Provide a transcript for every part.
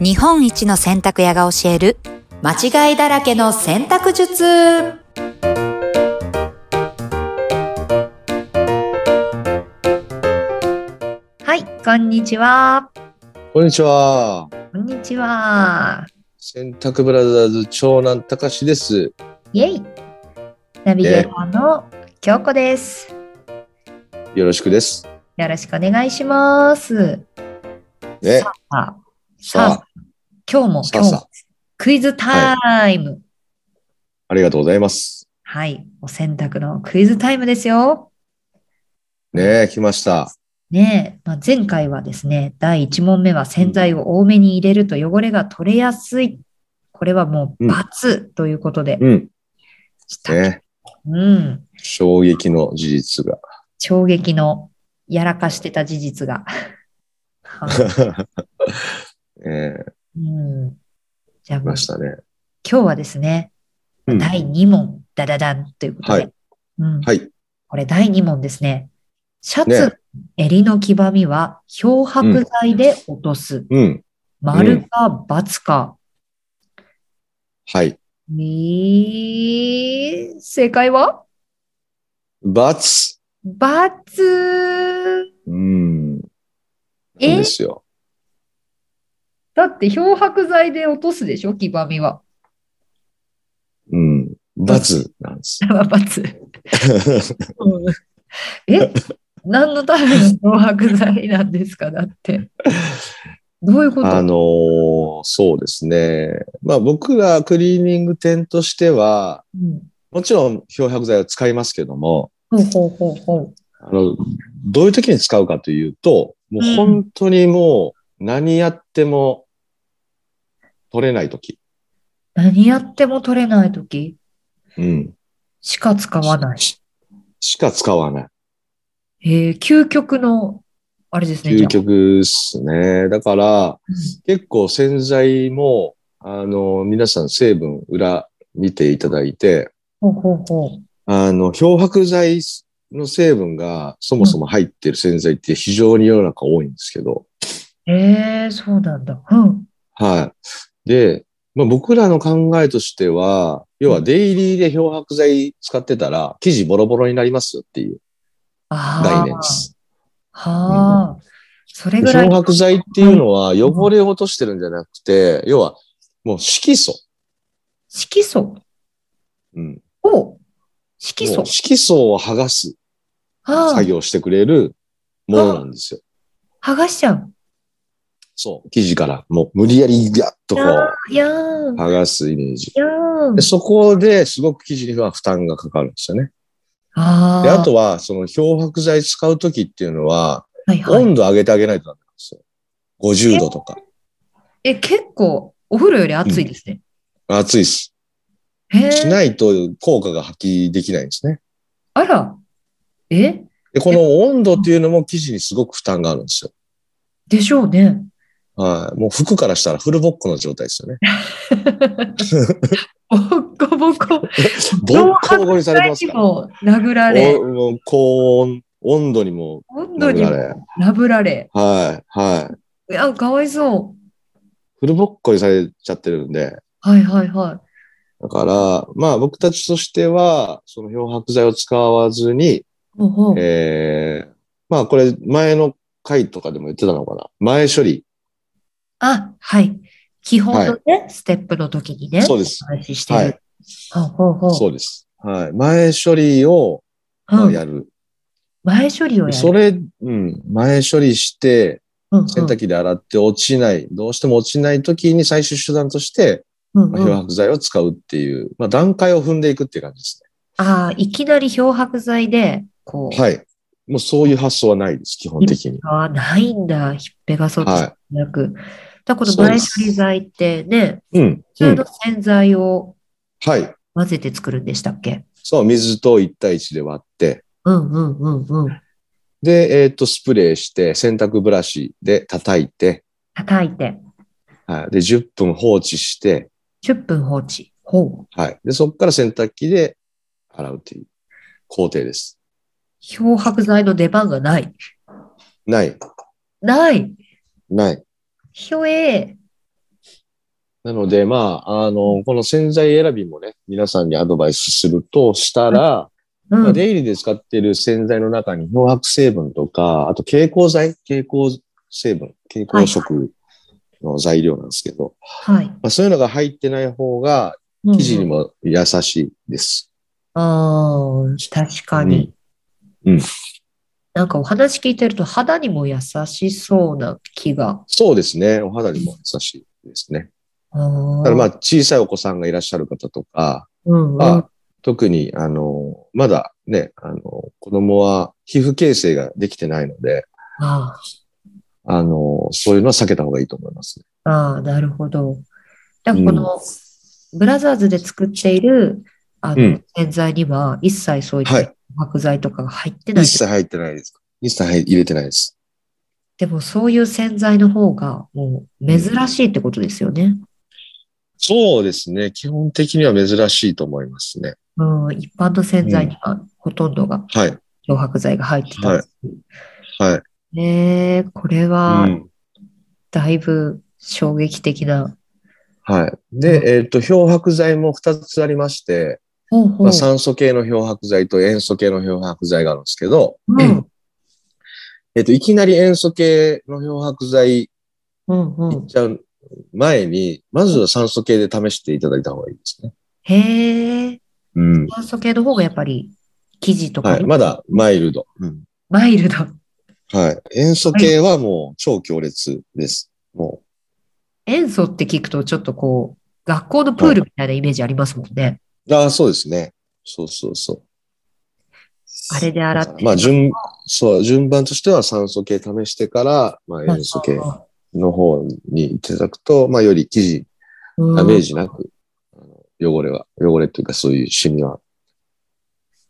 日本一の洗濯屋が教える間違いだらけの洗濯術はいこんにちはこんにちは。こんにちは洗濯ブラザーズ長男たかしです。イエイナビゲーターの京子ですよろしくです。よろしくお願いしますね。あさあ、今日もさ今日あさもあ、クイズタイムありがとうございます。はい、お洗濯のクイズタイムですよねえ、来ました。ねえ、まあ、前回はですね、第1問目は洗剤を多めに入れると汚れが取れやすい。これはもううん×ということでうん。した。ねうん。衝撃の事実が。衝撃のやらかしてた事実 が。はいえうん、じゃあもー、来うましたね。今日はですね、うん第2問、ダダダンということで。はいうん、はい。これ第2問ですね。シャねツ、襟の黄ばみは漂白剤で落とす。うん。丸か×か。はい。えー、正解はバツ。バツうん。そうえですよ。だって漂白剤で落とすでしょ黄ばみは。 うん。バツなんです。バツ。え何のための漂白剤なんですかだって。どういうこと あのーそうですね。まあ僕らクリーニング店としては、うんもちろん漂白剤を使いますけども、ほうほうほうほあの、どういう時に使うかというと、もうんう本当にもう何やっても取れない時。う。何やっても取れないときうん。しか使わない。ししか使わない。えー、究極の、あれですね。じゃ究あ極ですね。だからうん、結構洗剤も、あの、皆さん成分裏見ていただいて、ほうほうほう。あの、漂白剤の成分がそもそも入ってる洗剤って非常に世の中多いんですけど、えー、そうなんだ。うん。はい。で、まあ、僕らの考えとしては、要はデイリーで漂白剤使ってたら、生地ボロボロになりますよっていうあ概あ。念です。はあ、それでぐらい。漂白剤っていうのは汚れを落としてるんじゃなくて、要はもう色素。色素うん、を、色も素う。色素を剥がすあ作あ、業をしてくれるものなんですよ。剥がしちゃう。そう。生地からもう無理やりガッとこういやーん、剥がすイメージ。やーんで。そこですごく生地には負担がかかるんですよね。あであ、あとは、その漂白剤使うときっていうのは、はいはい。温度上げてあげないとダメなんですよ。50度とか。え、結構、お風呂より暑いですね。暑いです。へしえ、ないと効果が発揮できないんですね。あら、えで、この温度っていうのも生地にすごく負担があるんですよ。でしょうね。はい。もう服からしたらフルボッコの状 態ですよね。ボッコボコ。ボッコボコにされてますにから。も殴られ、おもう高温、温度にも。温度にも殴られ殴られ。はい。はい。いや、かわいそう。フルボッコにされちゃってるんで。はいはいはい。だから、まあ僕たちとしては、その漂白剤を使わずに、ほうほうえー、まあこれ前の回とかでも言ってたのかな。前処理。あ、はい。基本のね、ステップの時にね、そうですお話ししてる。はい。ほうほうほう。そうです。はい。前処理をまうあんやる。前処理をやる。それ、うん。前処理して、うんうん、洗濯機で洗って落ちない、どうしても落ちない時に最終手段として、うんまうあん漂白剤を使うっていう、まあ、段階を踏んでいくっていう感じですああ、いきなり漂白剤で、こう、ね。はい。もうそういう発想はないです、基本的に。ああ、ないんだ。ひっぺがそっちはなく。だからこそのう前で処す理剤ってね、い。うん。普う通んの。洗剤をはい。混ぜて作るんでしたっけそう、水と1対1で割って、うんうんうんうん。で、えっ、と、スプレーして、洗濯ブラシで叩いて、叩いて、はい。で、10分放置して、 10分放置。ほう。はい。で、そこから洗濯機で洗うっていう工程です。漂白剤の出番がない。ない。ない。ない。ひょえなので、まあ、あの、この洗剤選びもね、皆さんにアドバイスするとしたら、うんまあ、デイリーで使っている洗剤の中に漂白成分とか、あと蛍光剤、蛍光成分、蛍光色の材料なんですけど、はい。まあ、そういうのが入ってない方が生地にも優しいです。ああ、確かに。うんうんなんかお話聞いてると肌にも優しそうな気が。そうですね。お肌にも優しいですね。あーだからまあ、小さいお子さんがいらっしゃる方とか、うんうんまあ、特に、あの、まだね、あの、子供は皮膚形成ができてないので、ああの、そういうのは避けた方がいいと思いますね。あああ、なるほど。だからこの、ブラザーズで作っている、あの、うん洗剤には一切そういったはい漂白剤とかが入ってない。一切入ってないです。一切入れてないです。でもそういう洗剤の方がもう珍しいってことですよね。そうですね。基本的には珍しいと思いますね。うん、一般の洗剤にはほとんどがはい。漂白剤が入ってたんです。はい。ねえ、これうはんだいぶ衝撃的な。はい。で、えっ、と、漂白剤も2つありまして、ほうほうまあ、酸素系の漂白剤と塩素系の漂白剤があるんですけど、うんえっ、と、いきなり塩素系の漂白剤うんういっん。ちゃう前に、まずは酸素系で試していただいた方がいいですね。へえ、うん。酸素系の方がやっぱり生地とかはい。まだマイルド。うん。マイルド。はい。塩素系はもう超強烈です。もう。塩素って聞くとちょっとこう、学校のプールみたいなイメージありますもんね。ああ、そうですね。そうそうそう。あれで洗って。まあ、順、そう、順番としては酸素系試してから、まあ、塩素系の方にいただくと、まあ、より生地、うんダメージなく、あの汚れは、汚れというかそういうシミは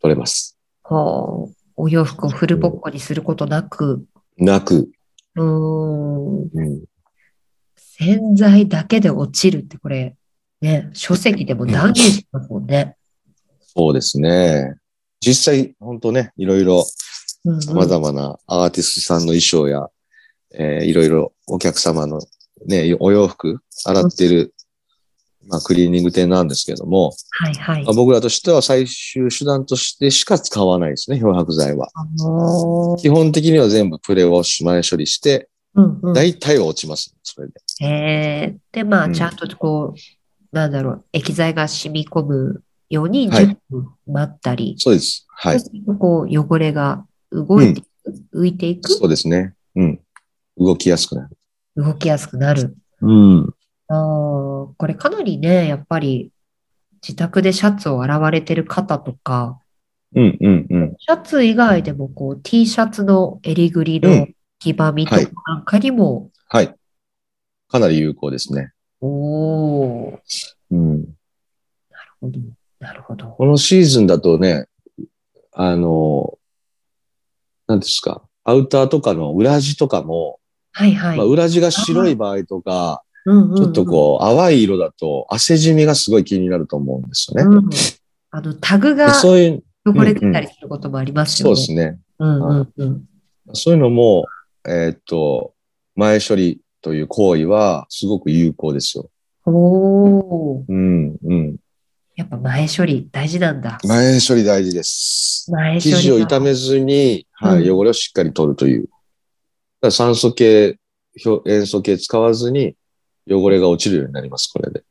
取れます。こう、お洋服をフルボッコにすることなく、なく、うーん、うん、洗剤だけで落ちるってこれ、ね、書籍でも断言してますもんね。そうですね。実際、本当ね、いろいろ、うんうん様々なアーティストさんの衣装や、えーいろいろお客様のね、お洋服、洗ってる、まあ、クリーニング店なんですけども、はいはいまあ。僕らとしては最終手段としてしか使わないですね、漂白剤は。あのー基本的には全部プレウォッシュ前処理して、うんうん大体は落ちます、それで。えーで、まうあ、んちゃんとこう、なんだろう、液剤が染み込むようにはい10分待ったり、そうです。はい。そうするとこう、汚れが動いていく、浮いていくそ、うですね。うん。動きやすくなる。動きやすくなる。うん。あーこれかなりね、やっぱり、自宅でシャツを洗われてる方とか、うん、うん、うん。シャツ以外でもこう T シャツの襟ぐりうのん黄ばみとはいかなんかにも、はい。かなり有効ですね。おーうん。なるほど。このシーズンだとね、あの、なんですか、アウターとかの裏地とかも、はいはい。まあ、裏地が白い場合とか、うんうんうんちょっとこう、淡い色だと、汗染みがすごい気になると思うんですよね。うんあの、タグでがそういう、汚れてたりすることもありますそようね。ですね。うんうんうん。そういうのも、えーっと、前処理という行為は、すごく有効ですよ。おーうん、うん。やっぱ前処理大事なんだ。前処理大事です。前処生理地をが傷めずに、はい、うん汚れをしっかり取るという。だから酸素系、表塩素系使わずに、汚れが落ちるようになります、これで。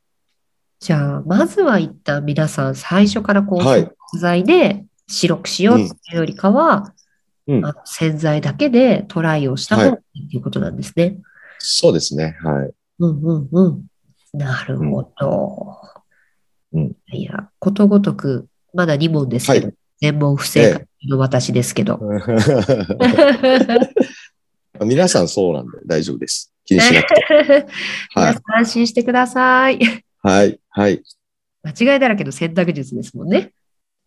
じゃあ、まずは一旦皆さん、最初からこう、はい食材で白くしようっていうよりかは、うんあの洗剤だけでトライをした方がいいっていうことなんですね。そうですね。はい。 うんうんうん。なるほど。うんいや、ことごとく、まだ2問ですけど、は全問不正解の私ですけど。 皆さんそうなんで大丈夫です。気にしなくて。は皆いさ。ん安心してください。はい。はい。間違いだらけの選択術ですもんね。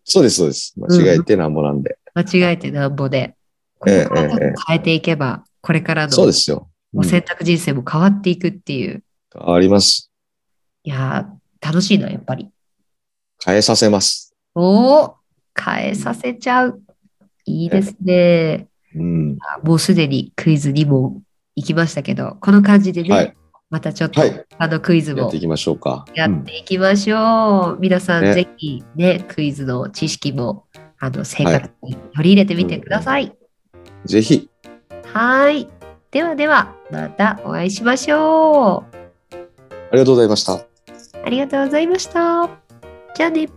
そうです、そうです。間違えてなんぼなんで。間違えてなんぼで。こええこからちょっと変えていけば、これからそうのですよ。もう選択人生も変わっていくっていう。あります。いやー、楽しいな、やっぱり。変えさせます。おお、変えさせちゃう。いいですね。うん。あもうすでにクイズにも行きましたけど、この感じでね、はい。またちょっとはい。あのクイズやっもていきましょうか。やうんっていきましょう。皆さん、ねぜひね、クイズの知識も、あの、生活に取り入れてみてください。ぜひ、はーい。ではでは、またお会いしましょう。ありがとうございました。ありがとうございました。じゃあね。